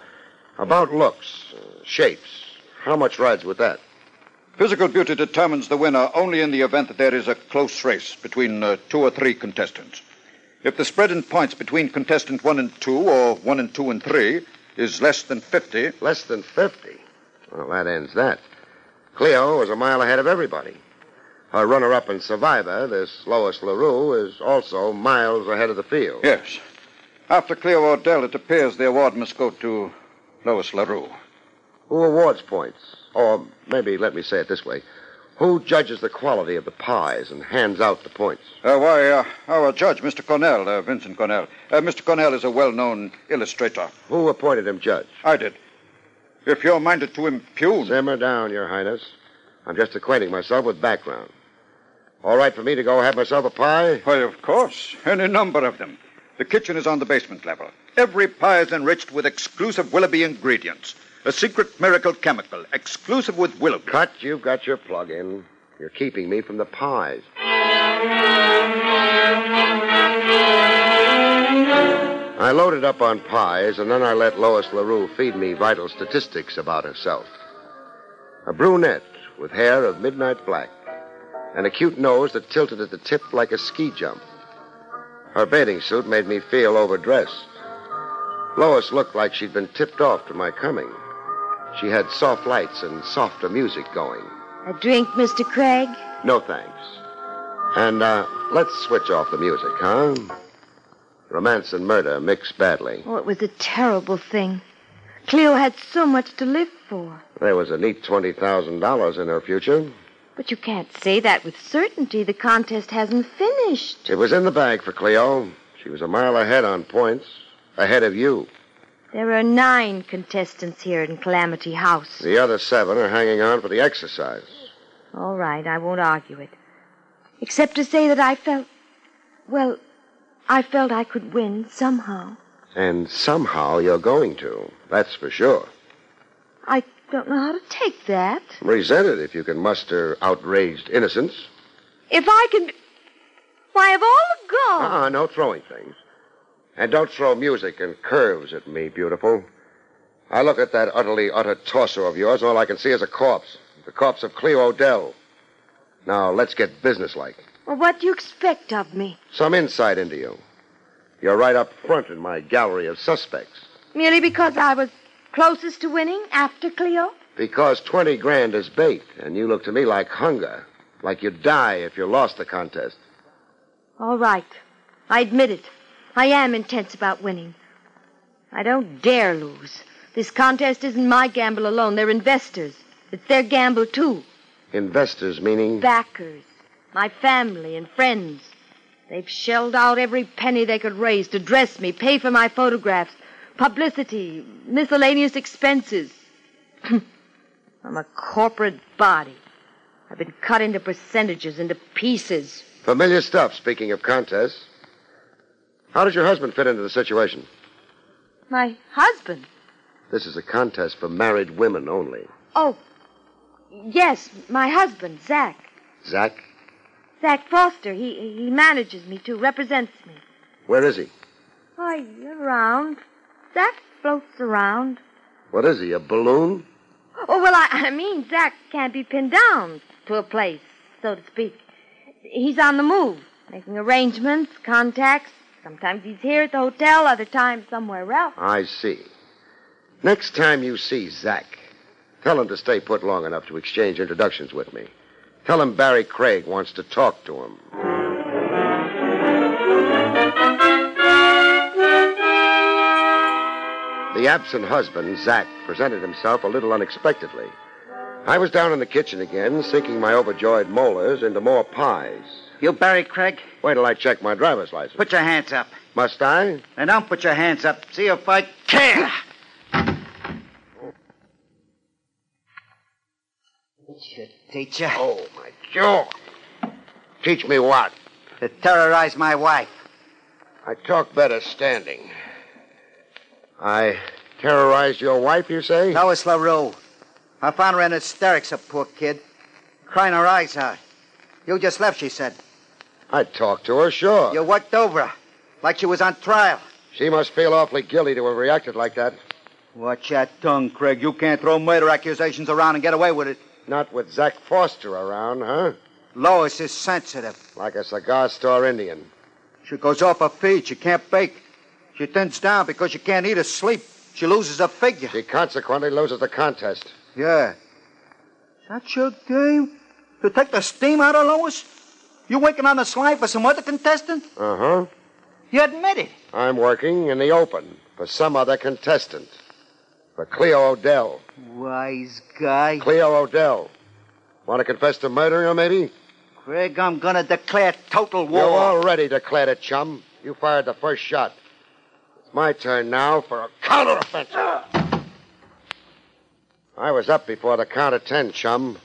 about looks, uh, shapes, how much rides with that?
Physical beauty determines the winner only in the event that there is a close race between uh, two or three contestants. If the spread in points between contestant one and two, or one and two and three, is less than 50,
Less than 50. Well, that ends that. Cleo was a mile ahead of everybody. Her runner up and survivor, this Lois LaRue, is also miles ahead of the field.
yes. After Cleo Odell, it appears the award must go to Lois LaRue.
Who awards points? Or maybe let me say it this way who judges the quality of the pies and hands out the points?
Uh, why, uh, our judge, Mr. Cornell, uh, Vincent Cornell. Uh, Mr. Cornell is a well known illustrator.
Who appointed him judge?
I did. If you're minded to impugn.
Simmer down, Your Highness. I'm just acquainting myself with background. All right for me to go have myself a pie?
Why, of course. Any number of them. The kitchen is on the basement level. Every pie is enriched with exclusive Willoughby ingredients. A secret miracle chemical, exclusive with Willoughby.
Cut, you've got your plug in. You're keeping me from the pies. I loaded up on pies, and then I let Lois LaRue feed me vital statistics about herself. A brunette with hair of midnight black, and a cute nose that tilted at the tip like a ski jump. Her bathing suit made me feel overdressed. Lois looked like she'd been tipped off to my coming. She had soft lights and softer music going.
A drink, Mr. Craig?
No thanks. And uh, let's switch off the music, huh? Romance and murder mix badly.
Oh, it was a terrible thing. Cleo had so much to live for.
There was a neat $20,000 in her future.
But you can't say that with certainty. The contest hasn't finished.
It was in the bag for Cleo. She was a mile ahead on points, ahead of you.
There are nine contestants here in Calamity House.
The other seven are hanging on for the exercise.
All right, I won't argue it. Except to say that I felt. Well, I felt I could win somehow.
And somehow you're going to, that's for sure.
I don't know how to take that.
Resent it if you can muster outraged innocence.
If I can. Why, of all the girls.
Ah, no throwing things. And don't throw music and curves at me, beautiful. I look at that utterly utter torso of yours, and all I can see is a corpse. The corpse of Cleo Odell. Now, let's get businesslike.
Well, what do you expect of me?
Some insight into you. You're right up front in my gallery of suspects.
Merely because I was closest to winning after Cleo?
Because 20 grand is bait, and you look to me like hunger, like you'd die if you lost the contest.
All right. I admit it. I am intense about winning. I don't dare lose. This contest isn't my gamble alone. They're investors. It's their gamble, too.
Investors, meaning.
Backers. My family and friends. They've shelled out every penny they could raise to dress me, pay for my photographs, publicity, miscellaneous expenses. I'm a corporate body. I've been cut into percentages, into pieces.
Familiar stuff, speaking of contests. How does your husband fit into the situation?
My husband?
This is a contest for married women only.
Oh, yes, my husband, Zach.
Zach,
Zach Foster. He, he manages me, too, represents me.
where is he?
Why, around. Zach floats around.
What is he, a balloon?
Oh, well, I, I mean, Zach can't be pinned down to a place, so to speak. He's on the move, making arrangements, contacts. Sometimes he's here at the hotel, other times somewhere else.
I see. Next time you see Zach, tell him to stay put long enough to exchange introductions with me. Tell him Barry Craig wants to talk to him. The absent husband, Zach, presented himself a little unexpectedly. I was down in the kitchen again, sinking my overjoyed molars into more pies.
You Barry Craig?
Wait till I check my driver's license.
Put your hands up.
Must I?
And don't put your hands up. See if I can. You teacher. Oh, my
God. Teach me what?
To terrorize my wife.
I talk better standing. I terrorized your wife, you say?
Lois LaRue. I found her in hysterics, a poor kid. Crying her eyes out. You just left, she said.
I talked to her, sure.
You worked over her. Like she was on trial.
She must feel awfully guilty to have reacted like that.
Watch your tongue, Craig. You can't throw murder accusations around and get away with it.
Not with Zach Foster around, huh?
Lois is sensitive.
Like a cigar store Indian.
She goes off her feed. She can't bake. She thins down because she can't eat or sleep. She loses her figure.
She consequently loses the contest.
Yeah. That's your game? To take the steam out of Lois? You working on the slide for some other contestant?
Uh huh.
You admit it.
I'm working in the open for some other contestant. For Cleo Odell.
Wise guy.
Cleo Odell. Want to confess to murdering her, maybe?
Craig, I'm gonna declare total
You
war.
already declared it, chum. You fired the first shot. It's my turn now for a counteroffensive. I was up before the count of ten, chum.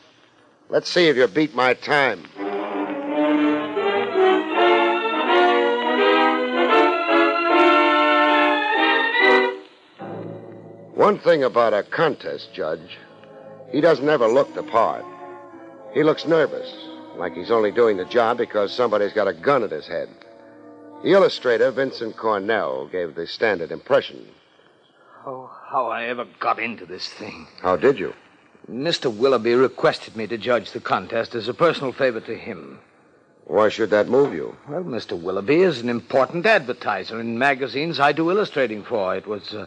Let's see if you beat my time. One thing about a contest judge, he doesn't ever look the part. He looks nervous, like he's only doing the job because somebody's got a gun at his head. The illustrator, Vincent Cornell, gave the standard impression.
Oh, how I ever got into this thing.
How did you?
Mr. Willoughby requested me to judge the contest as a personal favor to him.
Why should that move you?
Well, Mr. Willoughby is an important advertiser in magazines I do illustrating for. It was uh,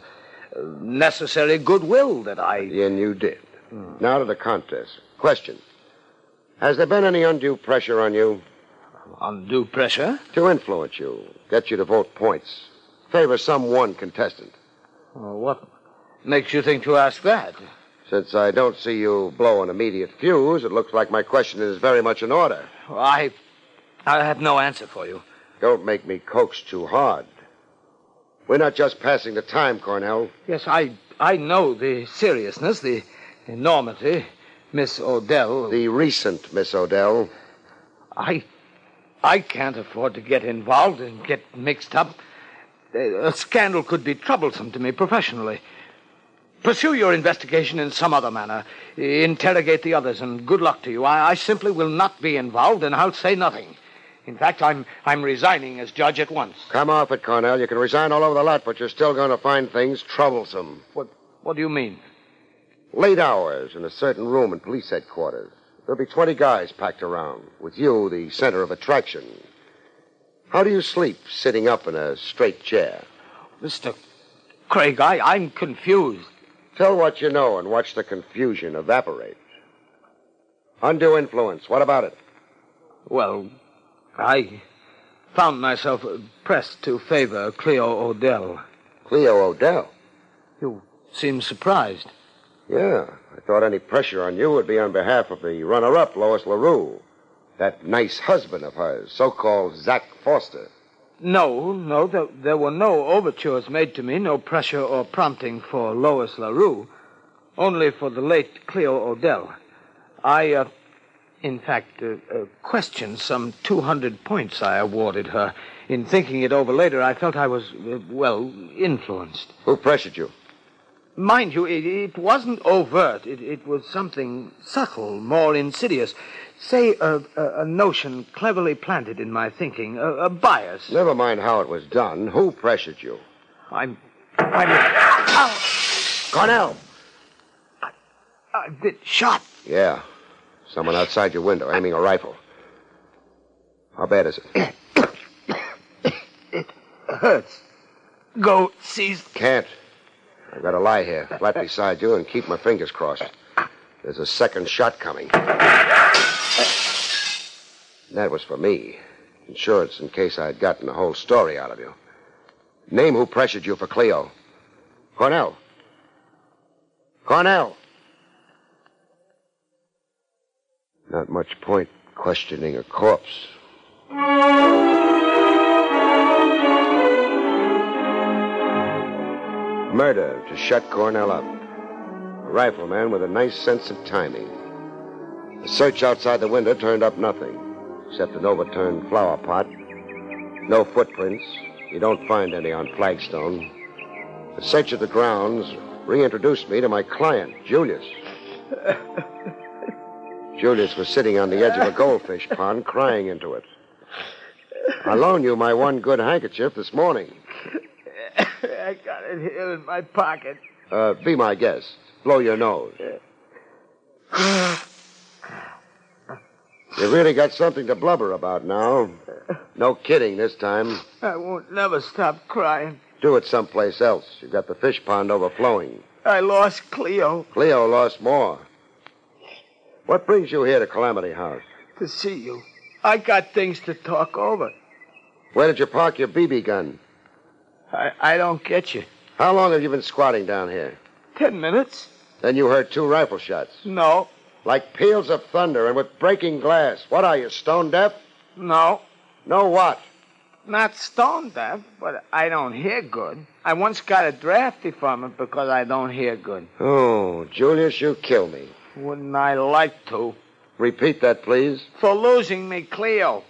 uh, necessary goodwill that I.
And you did.
Hmm.
Now to the contest. Question Has there been any undue pressure on you?
Undue pressure?
To influence you, get you to vote points, favor some one contestant.
Oh, what makes you think to ask that?
Since I don't see you blow an immediate fuse, it looks like my question is very much in order.
I. I have no answer for you.
Don't make me coax too hard. We're not just passing the time, Cornell.
Yes, I, I know the seriousness, the enormity. Miss Odell.
The recent Miss Odell.
I. I can't afford to get involved and get mixed up. A a scandal could be troublesome to me professionally. Pursue your investigation in some other manner. Interrogate the others, and good luck to you. I, I simply will not be involved, and I'll say nothing. In fact, I'm, I'm resigning as judge at once.
Come off it, Cornell. You can resign all over the lot, but you're still going to find things troublesome.
What, what do you mean?
Late hours in a certain room in police headquarters. There'll be 20 guys packed around, with you the center of attraction. How do you sleep sitting up in a straight chair?
Mr. Craig, I, I'm confused.
Tell what you know and watch the confusion evaporate. Undue influence. What about it?
Well, I found myself uh, pressed to favor Cleo Odell.
Cleo Odell?
You seem surprised.
Yeah, I thought any pressure on you would be on behalf of the runner up, Lois LaRue. That nice husband of hers, so called Zach Foster.
No, no, there, there were no overtures made to me, no pressure or prompting for Lois LaRue, only for the late Cleo Odell. I, uh, in fact, uh, uh, questioned some 200 points I awarded her. In thinking it over later, I felt I was, uh, well, influenced.
Who pressured you?
Mind you, it, it wasn't overt. It, it was something subtle, more insidious. Say, a, a, a notion cleverly planted in my thinking, a, a bias.
Never mind how it was done. Who pressured you?
I'm. I'm. Ow!
Cornell!
I've been shot.
Yeah. Someone outside your window aiming a rifle. How bad is it?
Hurts. Go seize.
Can't. I've got to lie here, flat beside you, and keep my fingers crossed. There's a second shot coming. That was for me. Insurance in case I'd gotten the whole story out of you. Name who pressured you for Cleo. Cornell. Cornell. Not much point questioning a corpse. Murder to shut Cornell up. A rifleman with a nice sense of timing. The search outside the window turned up nothing, except an overturned flower pot. No footprints. You don't find any on flagstone. The search of the grounds reintroduced me to my client, Julius. Julius was sitting on the edge of a goldfish pond, crying into it. I loaned you my one good handkerchief this morning.
I got it here in my pocket.
Uh, be my guest. Blow your nose. You really got something to blubber about now. No kidding this time.
I won't never stop crying.
Do it someplace else. You've got the fish pond overflowing.
I lost Cleo
Cleo lost more. What brings you here to Calamity House?
to see you. I got things to talk over.
Where did you park your BB gun?
I, I don't get you.
How long have you been squatting down here?
Ten minutes?
Then you heard two rifle shots.
No,
Like peals of thunder and with breaking glass. What are you, stone deaf?
No.
No what?
not stone deaf, but I don't hear good. I once got a drafty from it because I don't hear good.
Oh, Julius, you kill me.
Wouldn't I like to?
Repeat that, please.
For losing me, Cleo.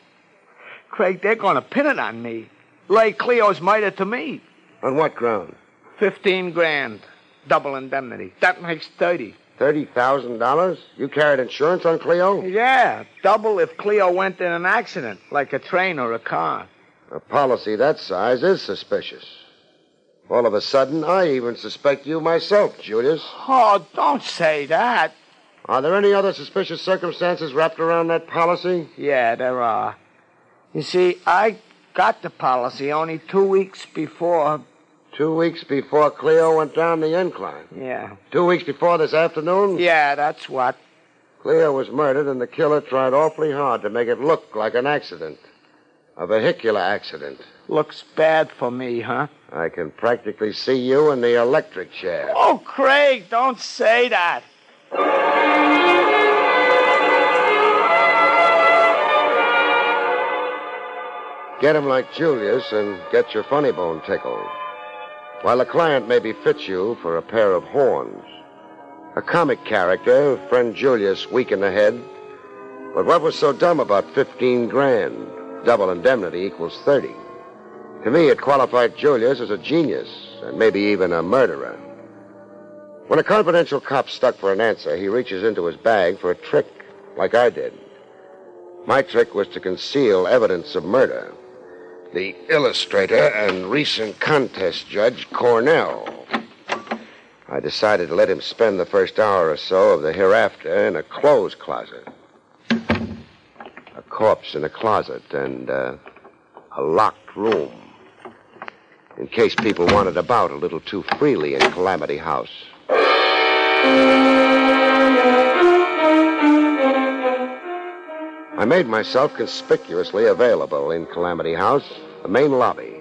Craig, they're going to pin it on me. Lay Cleo's mitre to me.
On what ground?
Fifteen grand. Double indemnity. That makes thirty.
$30,000? You carried insurance on Cleo?
Yeah, double if Cleo went in an accident, like a train or a car.
A policy that size is suspicious. All of a sudden, I even suspect you myself, Julius.
Oh, don't say that.
Are there any other suspicious circumstances wrapped around that policy?
Yeah, there are. You see, I got the policy only two weeks before.
Two weeks before Cleo went down the incline.
Yeah.
Two weeks before this afternoon?
Yeah, that's what.
Cleo was murdered, and the killer tried awfully hard to make it look like an accident. A vehicular accident.
Looks bad for me, huh?
I can practically see you in the electric chair.
Oh, Craig, don't say that.
Get him like Julius and get your funny bone tickled. While a client maybe fits you for a pair of horns. A comic character, friend Julius, weak in the head. But what was so dumb about 15 grand? Double indemnity equals 30. To me, it qualified Julius as a genius and maybe even a murderer. When a confidential cop's stuck for an answer, he reaches into his bag for a trick, like I did. My trick was to conceal evidence of murder. The illustrator and recent contest judge, Cornell. I decided to let him spend the first hour or so of the hereafter in a clothes closet. A corpse in a closet and uh, a locked room. In case people wandered about a little too freely in Calamity House. I made myself conspicuously available in Calamity House, the main lobby.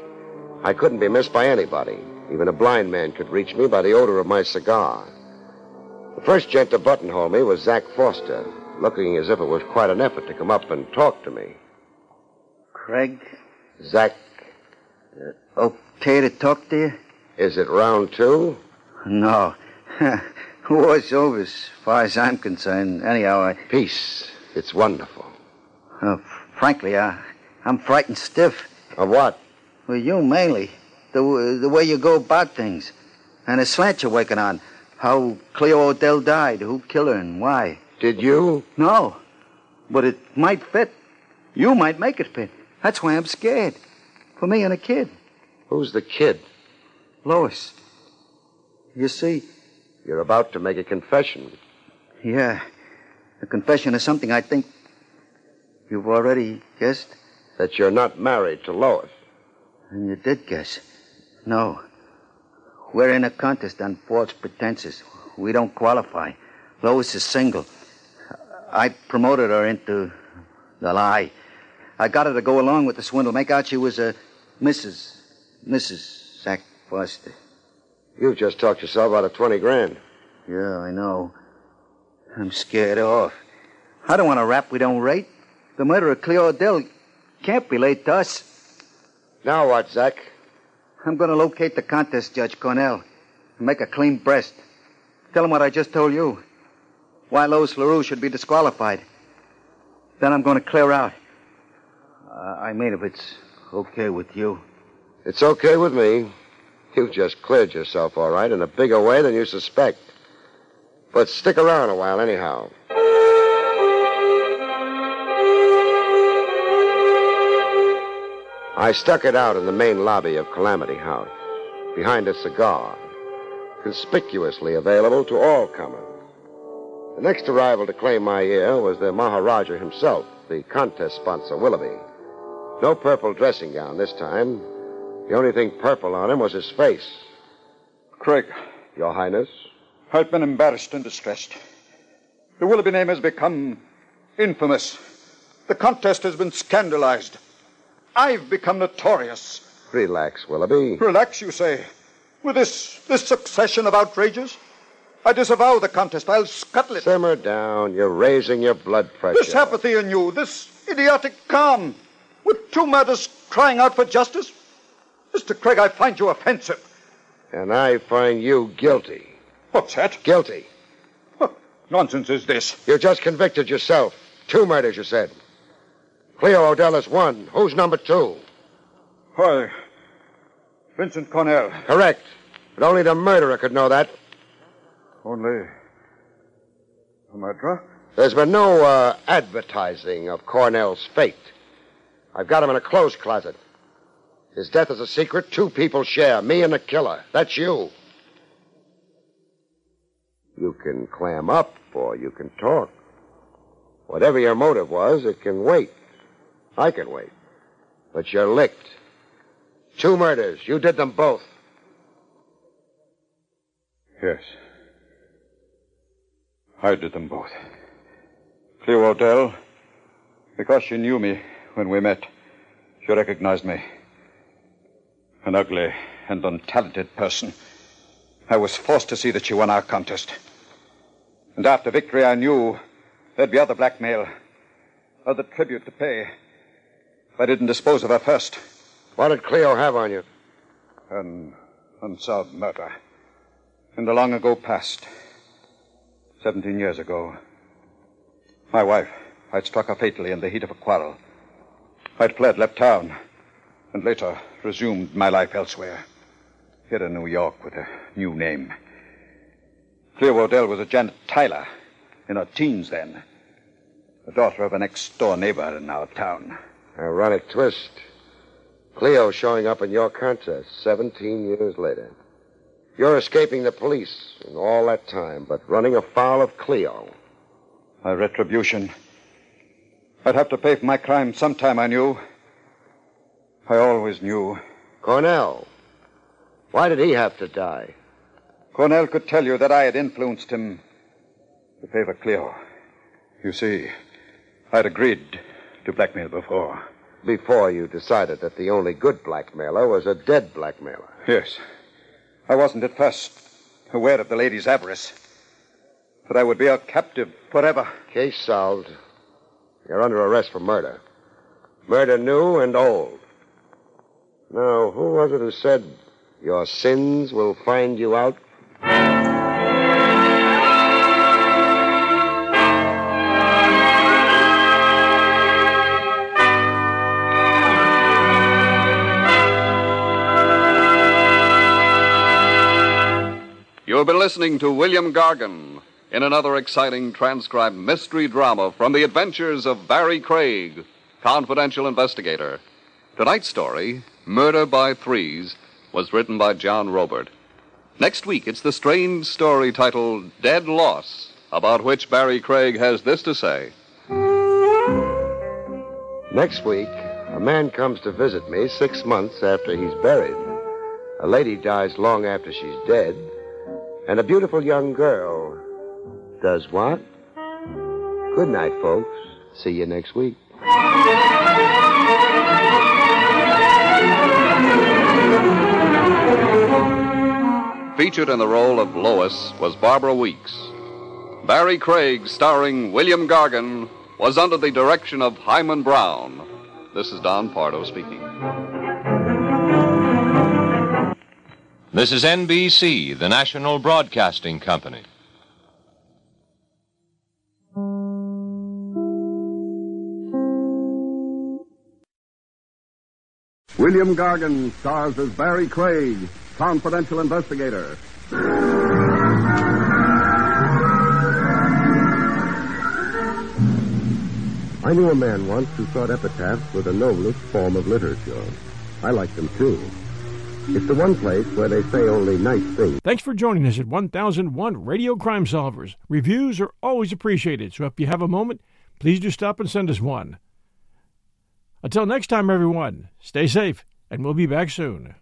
I couldn't be missed by anybody. Even a blind man could reach me by the odor of my cigar. The first gent to buttonhole me was Zach Foster, looking as if it was quite an effort to come up and talk to me.
Craig,
Zach,
okay to talk to you?
is it round two?
No. War's over as far as I'm concerned. Anyhow, I...
Peace. It's wonderful.
Oh, frankly, I, I'm frightened stiff.
Of what?
Well, you mainly. The, w- the way you go about things. And the slant you're working on. How Cleo Odell died, who killed her, and why.
Did you?
No. But it might fit. You might make it fit. That's why I'm scared. For me and a kid.
Who's the kid?
Lois. You see,
You're about to make a confession.
yeah, a confession is something I think you've already guessed.
That you're not married to Lois.
And you did guess. No. We're in a contest on false pretenses. We don't qualify. Lois is single. I promoted her into the lie. I got her to go along with the swindle, make out she was a Mrs. Mrs. Zach Foster.
You've just talked yourself out of 20 grand.
Yeah, I know. I'm scared off. I don't want a rap we don't rate. The murder of Cleo Odell can't relate to us.
Now what, Zach?
I'm going to locate the contest judge, Cornell, and make a clean breast. Tell him what I just told you. Why Lois LaRue should be disqualified. Then I'm going to clear out. Uh, I mean, if it's okay with you.
It's okay with me. You just cleared yourself, all right, in a bigger way than you suspect. But stick around a while, anyhow. I stuck it out in the main lobby of Calamity House, behind a cigar, conspicuously available to all comers. The next arrival to claim my ear was the Maharaja himself, the contest sponsor, Willoughby. No purple dressing gown this time, the only thing purple on him was his face.
Craig.
Your Highness?
I've been embarrassed and distressed. The Willoughby name has become infamous. The contest has been scandalized. I've become notorious.
Relax, Willoughby.
Relax, you say. With this this succession of outrages, I disavow the contest. I'll scuttle it.
Simmer down. You're raising your blood pressure.
This apathy in you, this idiotic calm, with two murders crying out for justice. Mr. Craig, I find you offensive.
And I find you guilty.
What's that?
Guilty.
Nonsense is this.
You just convicted yourself. Two murders, you said. Cleo Odell is one. Who's number two?
Hi. Vincent Cornell.
Correct. But only the murderer could know that.
Only a murderer?
There's been no uh, advertising of Cornell's fate. I've got him in a clothes closet. His death is a secret two people share me and the killer. That's you. You can clam up or you can talk. Whatever your motive was, it can wait. I can wait. But you're licked. Two murders. You did them both.
Yes. I did them both. Cleo Odell, because she knew me when we met, she recognized me. An ugly and untalented person. I was forced to see that she won our contest. And after victory, I knew there'd be other blackmail, other tribute to pay. If I didn't dispose of her first.
What did Cleo have on you?
An unsolved murder. In the long ago past, 17 years ago, my wife, I'd struck her fatally in the heat of a quarrel. I'd fled, left town, and later resumed my life elsewhere. Here in New York with a new name. Cleo Odell was a Janet Tyler, in her teens then. The daughter of an ex-door neighbor in our town.
Ironic twist. Cleo showing up in your contest 17 years later. You're escaping the police in all that time, but running afoul of Cleo.
My retribution. I'd have to pay for my crime sometime, I knew. I always knew.
Cornell. Why did he have to die?
Cornell could tell you that I had influenced him to favor Cleo. You see, I'd agreed to blackmail before.
Before you decided that the only good blackmailer was a dead blackmailer.
Yes. I wasn't at first aware of the lady's avarice. But I would be her captive forever.
Case solved. You're under arrest for murder. Murder new and old. Now, who was it who said, Your sins will find you out?
You have been listening to William Gargan in another exciting transcribed mystery drama from the adventures of Barry Craig, confidential investigator. Tonight's story, Murder by Threes, was written by John Robert. Next week, it's the strange story titled Dead Loss, about which Barry Craig has this to say.
Next week, a man comes to visit me six months after he's buried. A lady dies long after she's dead. And a beautiful young girl does what? Good night, folks. See you next week.
Featured in the role of Lois was Barbara Weeks. Barry Craig, starring William Gargan, was under the direction of Hyman Brown. This is Don Pardo speaking.
This is NBC, the national broadcasting company.
William Gargan stars as Barry Craig, confidential investigator.
I knew a man once who thought epitaphs were the noblest form of literature. I liked them too. It's the one place where they say only nice things.
Thanks for joining us at 1001 Radio Crime Solvers. Reviews are always appreciated, so if you have a moment, please do stop and send us one. Until next time, everyone, stay safe, and we'll be back soon.